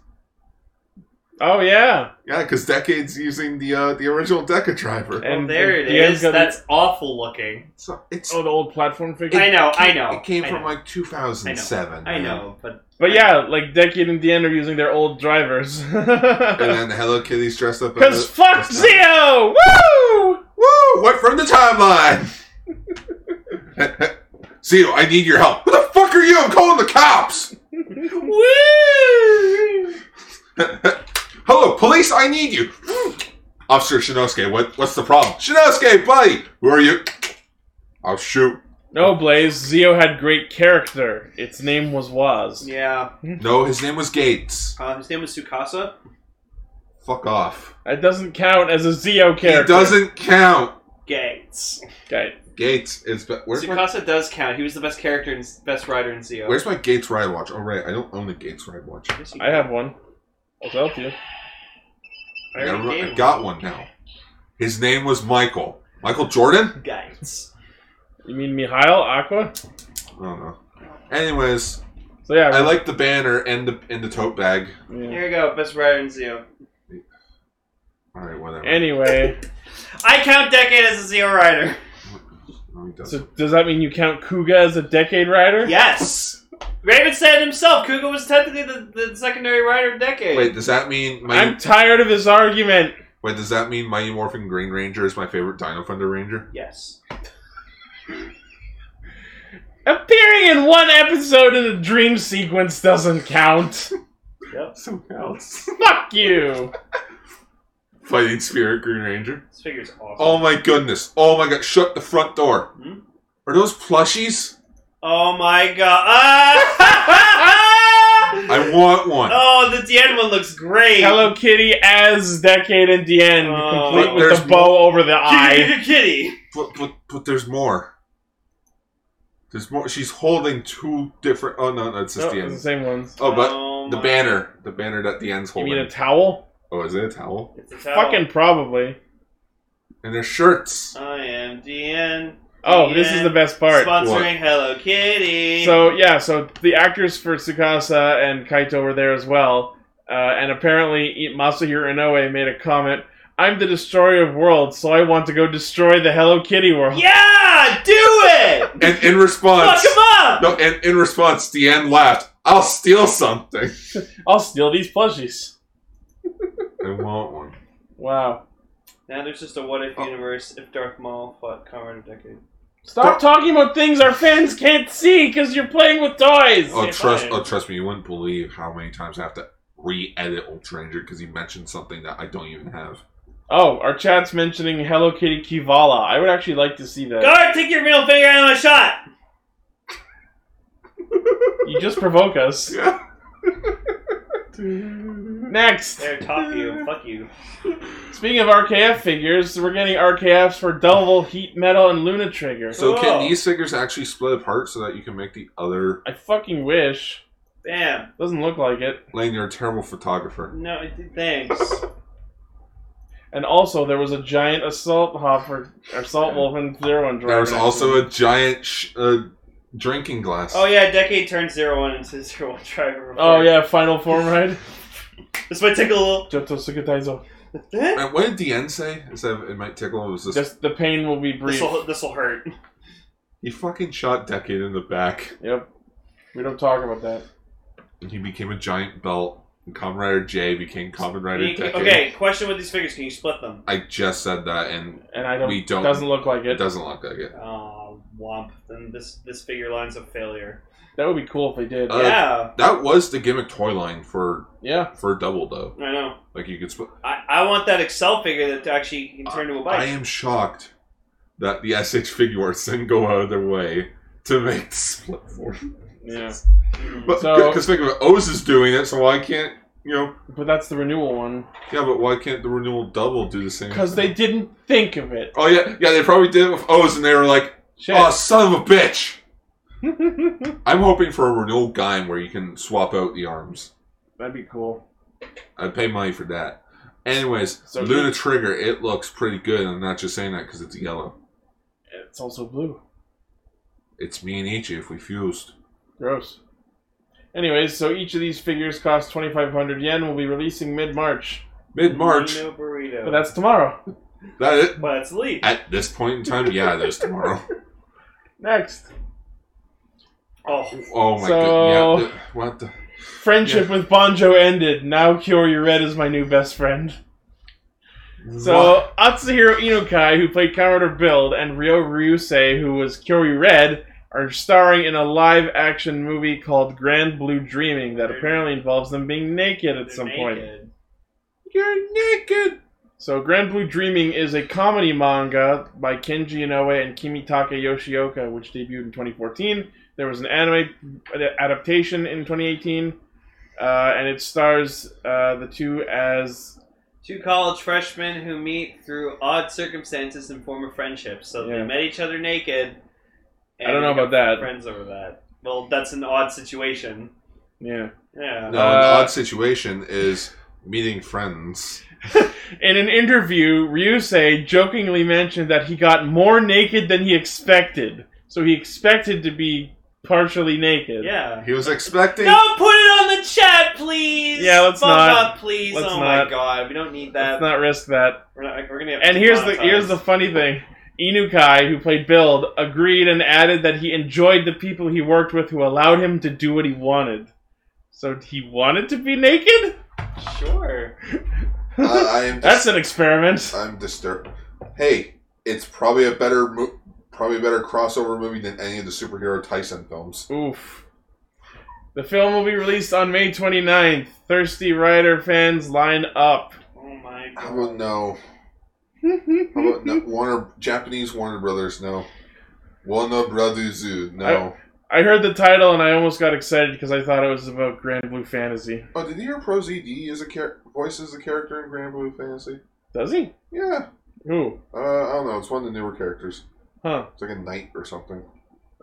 S3: Oh yeah,
S2: Yeah, because Decade's using the uh, the original Deca driver.
S3: And-
S4: Well, there it
S3: and Dan's
S4: is.
S3: got-
S4: That's awful looking.
S2: So it's
S3: oh the old platform figure.
S4: I know. I know.
S2: it came
S4: Oh, I
S2: from
S4: know,
S2: like 2007.
S4: I
S2: man.
S4: know, but
S3: But yeah, like Decade and Deanne are using their old drivers.
S2: And then Hello Kitty's dressed up
S3: Cause
S2: as
S3: fuck
S2: that's
S3: Zio! Woo!
S2: woo what from the timeline. Zio, I need your help. Who the fuck are you? I'm calling the cops.
S3: Woo!
S2: Hello, police. I need you. Officer Shinosuke, what what's the problem? Shinosuke, buddy, who are you? I'll shoot.
S3: No, Blaze. Zio had great character. Its name was Waz.
S4: Yeah.
S2: No, his name was Gates.
S4: Uh, his name was Sukasa.
S2: Fuck off.
S3: That doesn't count as a Zio character.
S2: It doesn't count.
S4: Gates.
S3: Okay.
S2: Gates is. Be- where's my
S4: Sukasa does count. He was the best character and best rider in Zio.
S2: Where's my Gates ride watch? Oh right, I don't own a Gates ride watch.
S4: Yes, you
S3: I have one. I'll help you.
S4: I
S2: I got,
S4: already
S2: one- I
S4: gave
S2: got one now. His name was Michael. Michael Jordan?
S4: Gates.
S3: You mean Mihail Aqua?
S2: I don't know. Anyways,
S3: So yeah.
S2: I like the banner and the and the tote bag.
S3: yeah.
S4: Here we go. Best rider in Zio.
S2: All right, whatever.
S3: Anyway,
S4: I count Decade as a Zio rider.
S2: No, he doesn't.
S3: so does that mean you count Kuga as a decade rider?
S4: Yes. Raven said himself, Kuga was technically the, the secondary rider of Decade.
S2: Wait, does that mean my
S3: I'm tired of this argument.
S2: wait? Does that mean Mighty Morphin Green Ranger is my favorite Dino Thunder Ranger?
S4: Yes.
S3: Appearing in one episode in a dream sequence doesn't count.
S2: Something else.
S3: Fuck you.
S2: Fighting Spirit Green Ranger.
S4: This figure's awesome.
S2: Oh my goodness! Oh my god! Shut the front door.
S4: Hmm?
S2: Are those plushies?
S4: Oh my god. Ah!
S2: I want one.
S4: oh, the Dien one looks great.
S3: Hello Kitty as Decade and the End,
S4: Oh.
S3: complete with
S2: There's
S3: the bow over the
S4: Kitty,
S3: eye.
S4: kitty, kitty.
S2: But but but there's more. There's more. She's holding two different. Oh no, no, it's just
S3: No,
S2: the
S3: it's the
S2: end.
S3: same ones.
S2: Oh, but the
S4: my-
S2: banner, the banner that the end's
S3: You
S2: holding.
S3: mean a towel?
S2: oh, is it a towel?
S4: It's a towel.
S3: Fucking probably.
S2: And their shirts.
S4: I am Dien.
S3: Oh, this is the best part.
S4: E Sponsoring
S2: What?
S4: Hello Kitty.
S3: So yeah, so the actors for Tsukasa and Kaito were there as well, uh, and apparently E- Masahiro Inoue made a comment. I'm the destroyer of worlds, so I want to go destroy the Hello Kitty world.
S4: yeah, do it.
S2: And in
S4: Fuck
S2: response,
S4: him up.
S2: no, and in response, the end laughed. I'll steal something.
S3: I'll steal these plushies.
S2: I want one.
S3: Wow.
S4: Now there's just a what if
S2: Oh.
S4: universe if Darth Maul fought Comrade of Decade.
S3: Stop talking about things our fans can't see because you're playing with toys.
S2: Oh,
S4: Yeah,
S2: trust.
S4: fine.
S2: Oh, trust me. You wouldn't believe how many times I have to re-edit Ultra Ranger because he mentioned something that I don't even have.
S3: Oh, our chat's mentioning Hello Kitty Kivala. I would actually like to see that.
S4: Guard, take your middle finger out of my shot.
S3: You just provoke us.
S2: Yeah.
S3: Next.
S4: There, top you. Fuck you.
S3: Speaking of RKF figures, we're getting RKFs for Double Heat Metal and Luna Trigger.
S2: So can
S4: Cool.
S2: these figures actually split apart so that you can make the other?
S3: I fucking wish.
S4: Bam.
S3: Doesn't look like it.
S2: Lane, you're a terrible photographer.
S4: No, thanks.
S3: And also, there was a giant assault hopper, assault wolf, and zero one dragon.
S2: There was also a giant sh- uh, drinking glass.
S4: Oh yeah, Decade turned zero one into zero one driver. before.
S3: Oh yeah, final form ride.
S4: This might take a little.
S3: Joto Sukutaizo.
S2: And what did DN say? Is that it might tickle? It was this?
S3: Just the pain will be brief.
S4: This'll this'll hurt.
S2: He fucking shot Decade in the back,
S3: Yep. We don't talk about that.
S2: and he became a giant belt. And Kamen Rider J became Kamen Rider
S4: Can you-
S2: Decade.
S4: okay, question with these figures: Can you split them?
S2: I just said that, and
S3: And I don't.
S2: we don't.
S3: Doesn't look like
S2: it
S3: it.
S2: doesn't look like it.
S4: Oh, womp. Then this this figure line's a failure.
S3: That would be cool if they did.
S2: Uh,
S4: yeah,
S2: That was the gimmick toy line for
S3: yeah.
S2: for Double though.
S4: I know.
S2: Like you could split.
S4: I, I want that Excel figure that actually can turn to a bike.
S2: I am shocked that the SH figure arts didn't go out of their way to make the split form.
S3: Yeah.
S4: Mm.
S2: But
S3: So-
S2: because think of it, O's is doing it, so why can't you know?
S3: But that's the renewal one.
S2: Yeah, but why can't the renewal double do the same?
S3: Because they didn't think of it.
S2: Oh yeah, yeah. They probably did it with O's, and they were like,
S3: Shit.
S2: "Oh, son of a bitch." I'm hoping for a renewal game where you can swap out the arms.
S3: That'd be cool.
S2: I'd pay money for that. Anyways,
S3: So-
S2: Luna Trigger, it looks pretty good. I'm not just saying that because it's yellow.
S3: It's also blue.
S2: It's me and Ichi if we fused.
S3: Gross. Anyways, so each of these figures cost 2,500 yen. We'll be releasing mid-March,
S2: Mid March.
S4: Nino burrito.
S3: but that's tomorrow.
S2: That it.
S4: but it's Lee.
S2: At this point in time, yeah, it is tomorrow.
S3: Next,
S4: Oh,
S2: Oh my
S3: So-
S2: god. Yeah, th- what the?
S3: friendship with Bonjo ended. Now Kyoryu Red is my new best friend.
S2: What?
S3: So Atsuhiro Inokai, who played Commander Build, and Ryo Ryusei, who was Kyoryu Red, are starring in a live-action movie called Grand Blue Dreaming that apparently involves them being naked at
S4: they're
S3: some point.
S4: naked.
S2: You're naked.
S3: So, Grand Blue Dreaming is a comedy manga by Kenji Inoue and Kimitake Yoshioka, which debuted in 2014. There was an anime adaptation in 2018, uh, and it stars uh, the two as
S4: Two college freshmen who meet through odd circumstances and form a friendship. So
S3: Yeah.
S4: they met each other naked.
S3: I don't know about that.
S4: Friends over that. Well, that's an odd situation.
S3: yeah.
S2: No,
S4: Yeah.
S2: an
S3: Uh,
S2: odd situation is meeting friends.
S3: In an interview, Ryusei jokingly mentioned that he got more naked than he expected. So he expected to be partially naked.
S4: Yeah.
S2: He was expecting.
S4: Don't put it on the chat, please.
S3: Yeah, let's
S4: Buck
S3: not.
S4: up, please.
S3: Let's
S4: oh
S3: not.
S4: my god, we don't need
S3: Let's
S4: that.
S3: not risk that.
S4: we're, not, we're gonna. Have
S3: And
S4: to
S3: here's the
S4: monetize.
S3: here's the funny thing. Inukai, who played Build, agreed and added that he enjoyed the people he worked with who allowed him to do what he wanted. So he wanted to be naked?
S4: Sure.
S2: Uh, I, I am.
S3: That's an experiment.
S2: I'm disturbed. Hey, it's probably a better mo- probably a better crossover movie than any of the superhero Tyson films.
S3: Oof. The film will be released on May 29th. Thirsty Rider fans line up.
S4: Oh my
S2: How
S4: god.
S2: about no? How about no? Warner Japanese Warner Brothers? No. Warner Brothers? uh, No.
S3: I heard the title and I almost got excited because I thought it was about Grand Blue Fantasy.
S2: oh, did you hear Pro ZD is a char- voice as a character in Grand Blue Fantasy?
S3: Does he?
S2: Yeah.
S3: Who?
S2: Uh, I don't know. It's one of the newer characters.
S3: Huh.
S2: It's like a knight or something.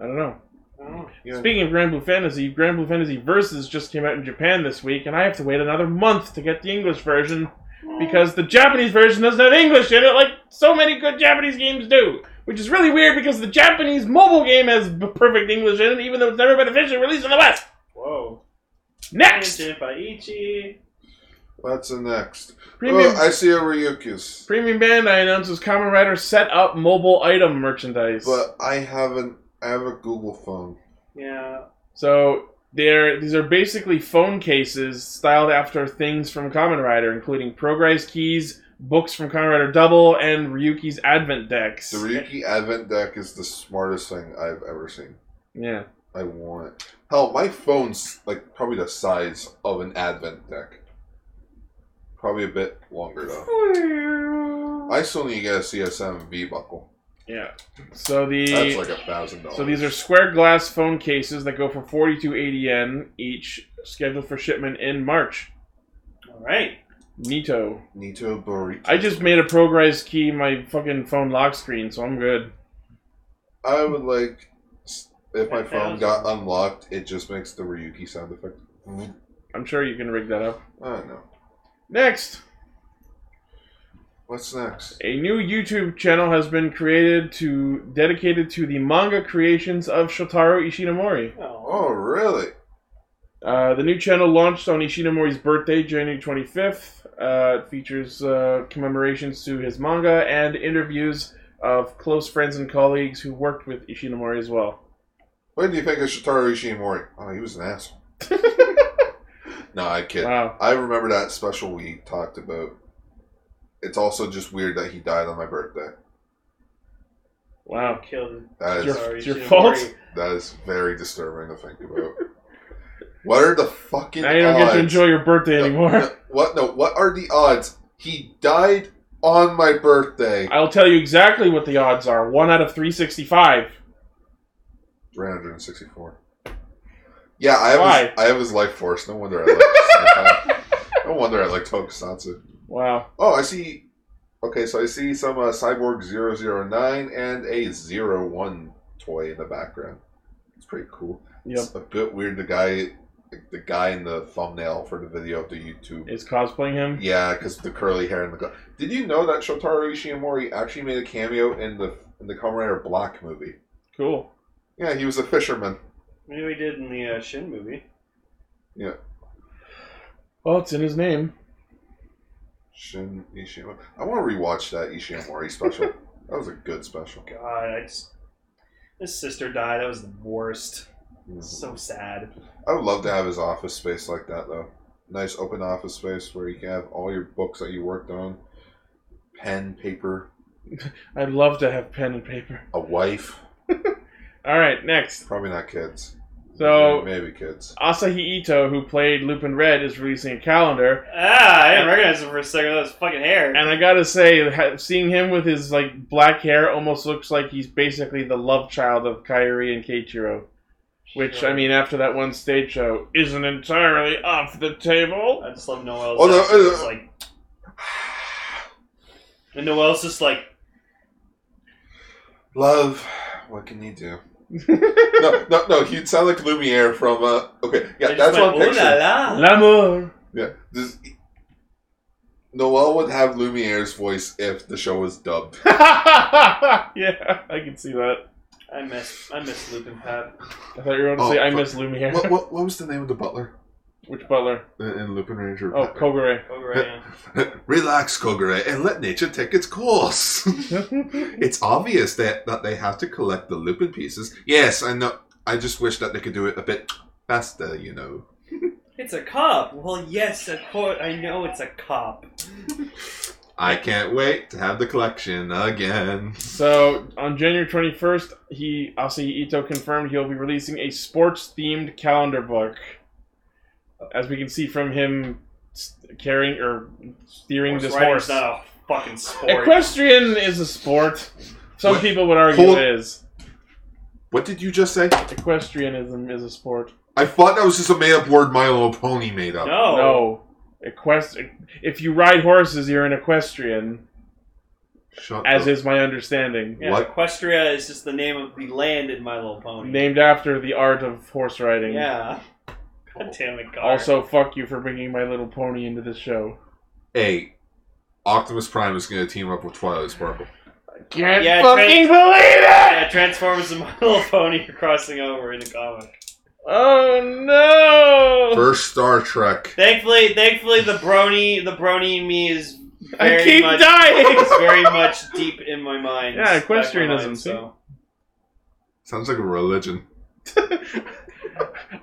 S3: I don't know.
S4: Oh.
S2: Yeah.
S3: Speaking of Grand Blue Fantasy, Grand Blue Fantasy Versus just came out in Japan this week, and I have to wait another month to get the English version because the Japanese version doesn't have English in it like so many good Japanese games do. Which is really weird because the Japanese mobile game has b- perfect English in it, even though it's never been officially released in the West.
S4: Whoa.
S3: Next!
S4: Tangent by Ichi.
S2: What's the next?
S3: Premium,
S2: Oh, I see a Ryukyus.
S3: Premium Bandai announces Kamen Rider set up mobile item merchandise.
S2: But I haven't. I have a Google phone.
S4: Yeah.
S3: So they're these are basically phone cases styled after things from Kamen Rider, including Progrise keys, books from Kamen Rider Double, and Ryuki's Advent decks.
S2: The Ryuki Advent deck is the smartest thing I've ever seen.
S3: yeah.
S2: I want it. Hell, my phone's like probably the size of an Advent deck. Probably a bit longer though. I still need to get a CSM V buckle.
S3: So the
S2: That's like a thousand dollars.
S3: so these are square glass phone cases that go for 4280 yen each, scheduled for shipment in March.
S4: All right.
S3: Nito.
S2: Nito Burrito.
S3: I just made a Progrise key my fucking phone lock screen, so I'm good.
S2: I would like s- if my
S4: A
S2: phone
S4: thousand.
S2: got unlocked, it just makes the Ryuki sound effect.
S3: I'm sure you can rig that up.
S2: I don't know.
S3: Next.
S2: What's next?
S3: A new YouTube channel has been created to dedicated to the manga creations of Shotaro Ishinomori.
S4: Oh.
S2: Oh really?
S3: Uh, the new channel launched on Ishinomori's birthday, January 25th. Uh, it features uh, commemorations to his manga and interviews of close friends and colleagues who worked with Ishinomori as well.
S2: What do you think of Shitaru Ishimori? Oh, he was an asshole. no, I kid.
S3: Wow.
S2: I remember that special we talked about. It's also just weird that he died on my birthday.
S3: Wow.
S4: Killed him.
S2: That is
S3: Your-
S4: Sorry,
S3: it's your
S4: Shinamori.
S3: fault?
S2: that is very disturbing to think about. what are the fucking
S3: Now you don't get
S2: odds?
S3: to enjoy your birthday
S2: No,
S3: anymore.
S2: no, what no, what are the odds? He died on my birthday.
S3: I'll tell you exactly what the odds are. 1 out of 365.
S2: 364. Yeah, I have
S3: Why?
S2: his I have his life force. No wonder I like No wonder I like Tokusatsu.
S3: Wow.
S2: Oh, I see. Okay, so I see some uh, Cyborg 009 and a 01 toy in the background. It's pretty cool.
S3: Yep.
S2: It's a bit weird. The guy, the guy in the thumbnail for the video of the YouTube.
S3: Is cosplaying him?
S2: Yeah, because the curly hair and the. gla- Did you know that Shotaro Ishimori actually made a cameo in the in the Kamen Rider Black movie?
S3: Cool.
S2: Yeah, he was a fisherman.
S4: What do we did in the uh, Shin movie?
S3: Well, it's in his name.
S2: Shin Ishimori. I want to rewatch that Ishimori special. that was a good special.
S4: God, I just. His sister died. That was the worst.
S2: Mm-hmm.
S4: So sad.
S2: I would love to have his office space like that though. Nice open office space where you can have all your books that you worked on, pen, paper,
S3: I'd love to have pen and paper.
S2: a wife.
S3: All right, next.
S2: Probably not kids.
S3: So
S2: maybe kids.
S3: Asahi Ito, who played Lupin Red, is releasing a calendar,
S4: Ah, I didn't recognize him for a second without his fucking hair.
S3: and I gotta say, ha- seeing him with his like black hair almost looks like he's basically the love child of Kairi and Keiichiro. Which I mean, after that one stage show, isn't entirely off the table.
S4: I just love Noel's.
S2: Oh, no,
S4: just,
S2: uh,
S4: just like, and Noel's just like,
S2: Love, what can you do? no, no, no. He'd sound like Lumiere from. Uh, okay, yeah,
S4: I just
S2: that's
S4: went,
S2: one picture.
S4: "Ooh la la."
S3: L'amour.
S2: Yeah, this, Noel would have Lumiere's voice if the show was dubbed.
S3: yeah, I can see that.
S4: I miss, I miss Lupin Pap.
S3: I thought you were going to
S2: Oh,
S3: say I
S2: fuck.
S3: miss Lumiere.
S2: what, what, what was the name of the butler
S3: Which butler?
S2: in, in Lupin Ranger?
S3: Oh, Kogure.
S4: Over right
S2: Relax, Kogure, and let nature take its course. it's obvious that, that they have to collect the Lupin pieces. Yes, I know. I just wish that they could do it a bit faster, you know.
S4: It's a cop. Well, yes, of course. I know it's a cop.
S2: I can't wait to have the collection again.
S3: so on January 21st, he Asahi Ito confirmed he'll be releasing a sports-themed calendar book. As we can see from him s- carrying or steering
S4: Horse
S3: this
S4: riding's
S3: horse.
S4: not a fucking sport.
S3: Equestrian is a sport. Some
S2: Wait,
S3: people would argue
S2: hold-
S3: it is.
S2: What did you just say?
S3: Equestrianism is a sport.
S2: I thought that was just a made up word My Little Pony made up.
S4: No.
S3: No. Equest- if you ride horses, you're an equestrian,
S2: Shut
S3: as
S2: the-
S3: is my understanding.
S4: Yeah,
S2: What?
S4: Equestria is just the name of the land in My Little Pony.
S3: Named after the art of horse riding.
S4: Yeah. God damn it, Gar.
S3: Also, fuck you for bringing My Little Pony into this show.
S2: Hey, Optimus Prime is going to team up with Twilight Sparkle.
S3: Can't
S4: Yeah,
S3: fucking believe
S4: yeah, Transformers and My Little Pony are crossing over in the comic.
S3: it! Oh no!
S2: First Star Trek.
S4: Thankfully, thankfully, the brony, the brony in me is
S3: I
S4: very
S3: keep
S4: much,
S3: dying!
S4: it's very much deep in my mind.
S3: Yeah,
S4: back of my
S3: equestrianism,
S4: mind, so.
S2: Sounds like a religion.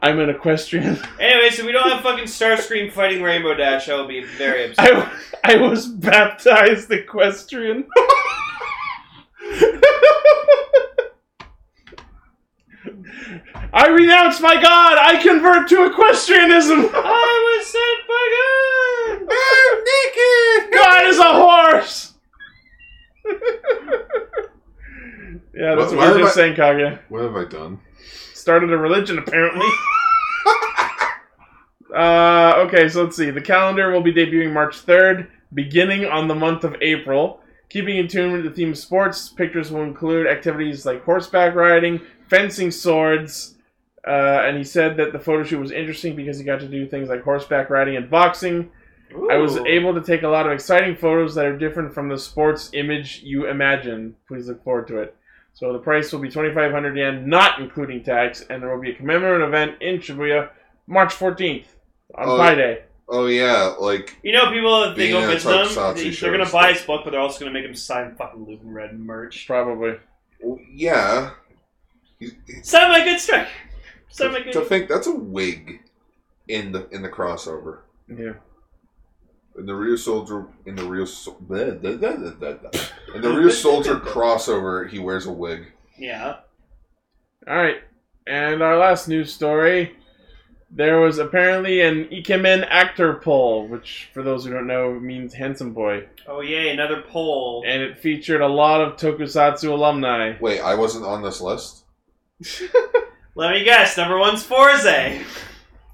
S3: I'm an equestrian.
S4: Anyway, so we don't have fucking Starscream fighting Rainbow Dash. I would be very upset.
S3: I, I was baptized equestrian. I renounce my god! I convert to equestrianism!
S4: I was sent by God.
S2: I'm naked!
S3: God is a horse! yeah,
S2: What-
S3: that's what, we
S2: why
S3: were
S2: am
S3: just saying, Kaguya.
S2: What have I done?
S3: Started a religion, apparently. uh, okay, so let's see. The calendar will be debuting March 3rd, beginning on the month of April. Keeping in tune with the theme of sports, pictures will include activities like horseback riding, fencing swords, uh, and he said that the photo shoot was interesting because he got to do things like horseback riding and boxing. I was
S4: Ooh.
S3: able to take a lot of exciting photos that are different from the sports image you imagine. Please look forward to it. So the price will be 2,500 yen, not including tax, and there will be a commemorative event in Shibuya March 14th on
S2: Oh,
S3: Friday.
S2: Oh, yeah, like,
S4: You know, people if they
S2: Being
S4: go
S2: a
S4: visit him,
S2: Tokusatsu
S4: they,
S2: show
S4: they're gonna
S2: is
S4: buy
S2: like-
S4: his book, but they're also gonna make him sign fucking Lupin Red merch.
S3: Probably.
S2: w- yeah. You-
S4: Sign my good strike. Sign my
S2: To,
S4: good.
S2: to think that's a wig in the in the crossover.
S3: Yeah.
S2: In the real soldier, in the real, so- blah, blah, blah, blah, blah, blah. in the real soldier crossover, he wears a wig.
S4: yeah.
S3: All right. And our last news story there was apparently an Ikemen actor poll, which, for those who don't know, means handsome boy.
S4: Oh yay, another poll.
S3: And it featured a lot of tokusatsu alumni.
S2: Wait, I wasn't on this list.
S4: Let me guess. Number one's Forze.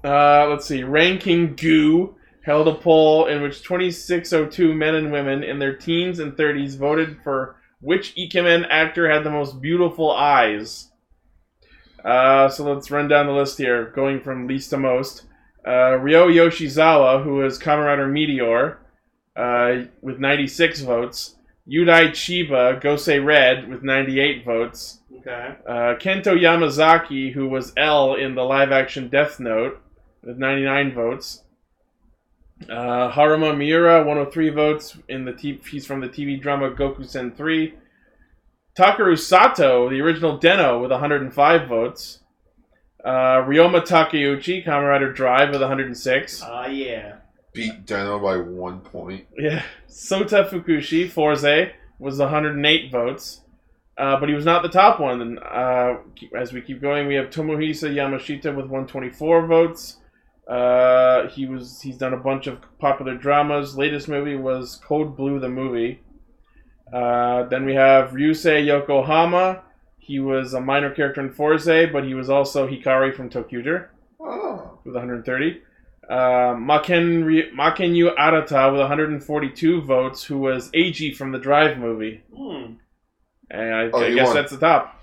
S3: Uh, let's see. Ranking Goo held a poll in which 2602 men and women in their teens and 30s voted for which Ikemen actor had the most beautiful eyes. Uh, so let's run down the list here, going from least to most. Uh, Ryo Yoshizawa, who is Kamen Meteor, uh, with 96 votes. Yudai Chiba, Gosei Red, with 98 votes
S4: Okay.
S3: uh, Kento Yamazaki, who was L in the live action Death Note, with 99 votes. Uh, Haruma Miura, 103 votes in the t- he's from the TV drama Goku Sen 3. Takaru Sato, the original Deno, with 105 votes. Uh, Ryoma Takeuchi, Comrade Drive, with 106.
S4: Ah yeah.
S2: Beat Dino by one point.
S3: Yeah. Sota Fukushi, Forze, was 108 votes. Uh, but he was not the top one. And uh, keep- as we keep going, we have Tomohisa Yamashita with 124 votes. Uh, he was he's done a bunch of popular dramas. Latest movie was Code Blue, the movie. Uh, then we have Ryusei Yokohama. He was a minor character in Forze, but he was also Hikari from Tokyuger
S2: Oh.
S3: with 130. Uh, Maken, Ry- Makenyu Arata with 142 votes, who was Eiji from the Drive movie.
S4: Hmm.
S3: And I,
S2: Oh,
S3: I
S2: he
S3: guess
S2: won.
S3: that's the top.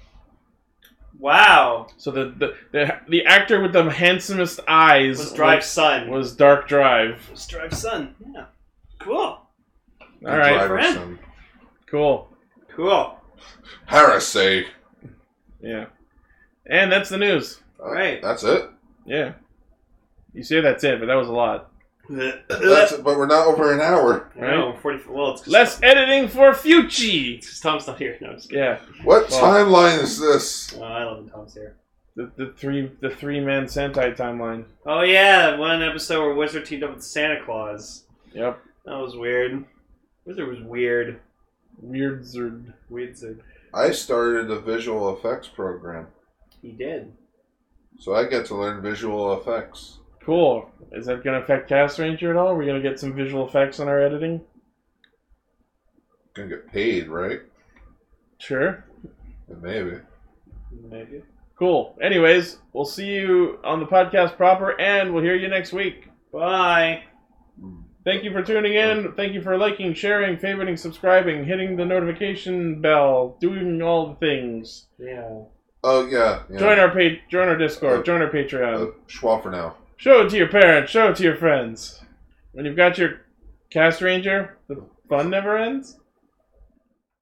S4: Wow.
S3: So the, the the the actor with the handsomest eyes
S4: Was Drive Sun.
S3: was Dark Drive.
S4: Was Drive Sun. Yeah. Cool.
S3: All right,
S2: Driver's
S4: Friend.
S2: son.
S3: cool.
S4: Cool.
S2: Heresy.
S3: Yeah, and that's the news.
S2: All
S4: Right.
S2: Uh, That's it.
S3: Yeah, you say that's it, but that was a lot.
S2: That's it. But we're not over an hour.
S4: No, 40, well, it's 'cause-
S3: Less editing for Fuchi.
S4: it's 'cause Tom's not here. No, I'm just kidding.
S3: Yeah,
S2: What
S3: Well-
S2: timeline is this?
S4: Oh, I love when Tom's here.
S3: the, the three the three man Sentai timeline.
S4: Oh, yeah, that one episode where Wizard teamed up with Santa Claus.
S3: Yep,
S4: That was weird. Wizard was weird.
S3: weird zerd.
S4: Wizard.
S2: I started a visual effects program,
S4: He did.
S2: so I get to learn visual effects.
S3: Cool. Is that going to affect Cast Ranger at all? We're going to get some visual effects on our editing?
S2: Gonna get paid, right?
S3: Sure.
S2: Maybe.
S4: Maybe.
S3: Cool. Anyways, we'll see you on the podcast proper, and we'll hear you next week.
S4: Bye.
S3: Thank you for tuning in. Thank you for liking, sharing, favoriting, subscribing, hitting the notification bell, doing all the things.
S4: Yeah.
S2: Oh yeah. yeah.
S3: Join our pa- join our Discord,
S2: Uh,
S3: join our Patreon.
S2: Uh, schwa for now.
S3: show it to your parents, show it to your friends. When you've got your Cast Ranger, the fun never ends.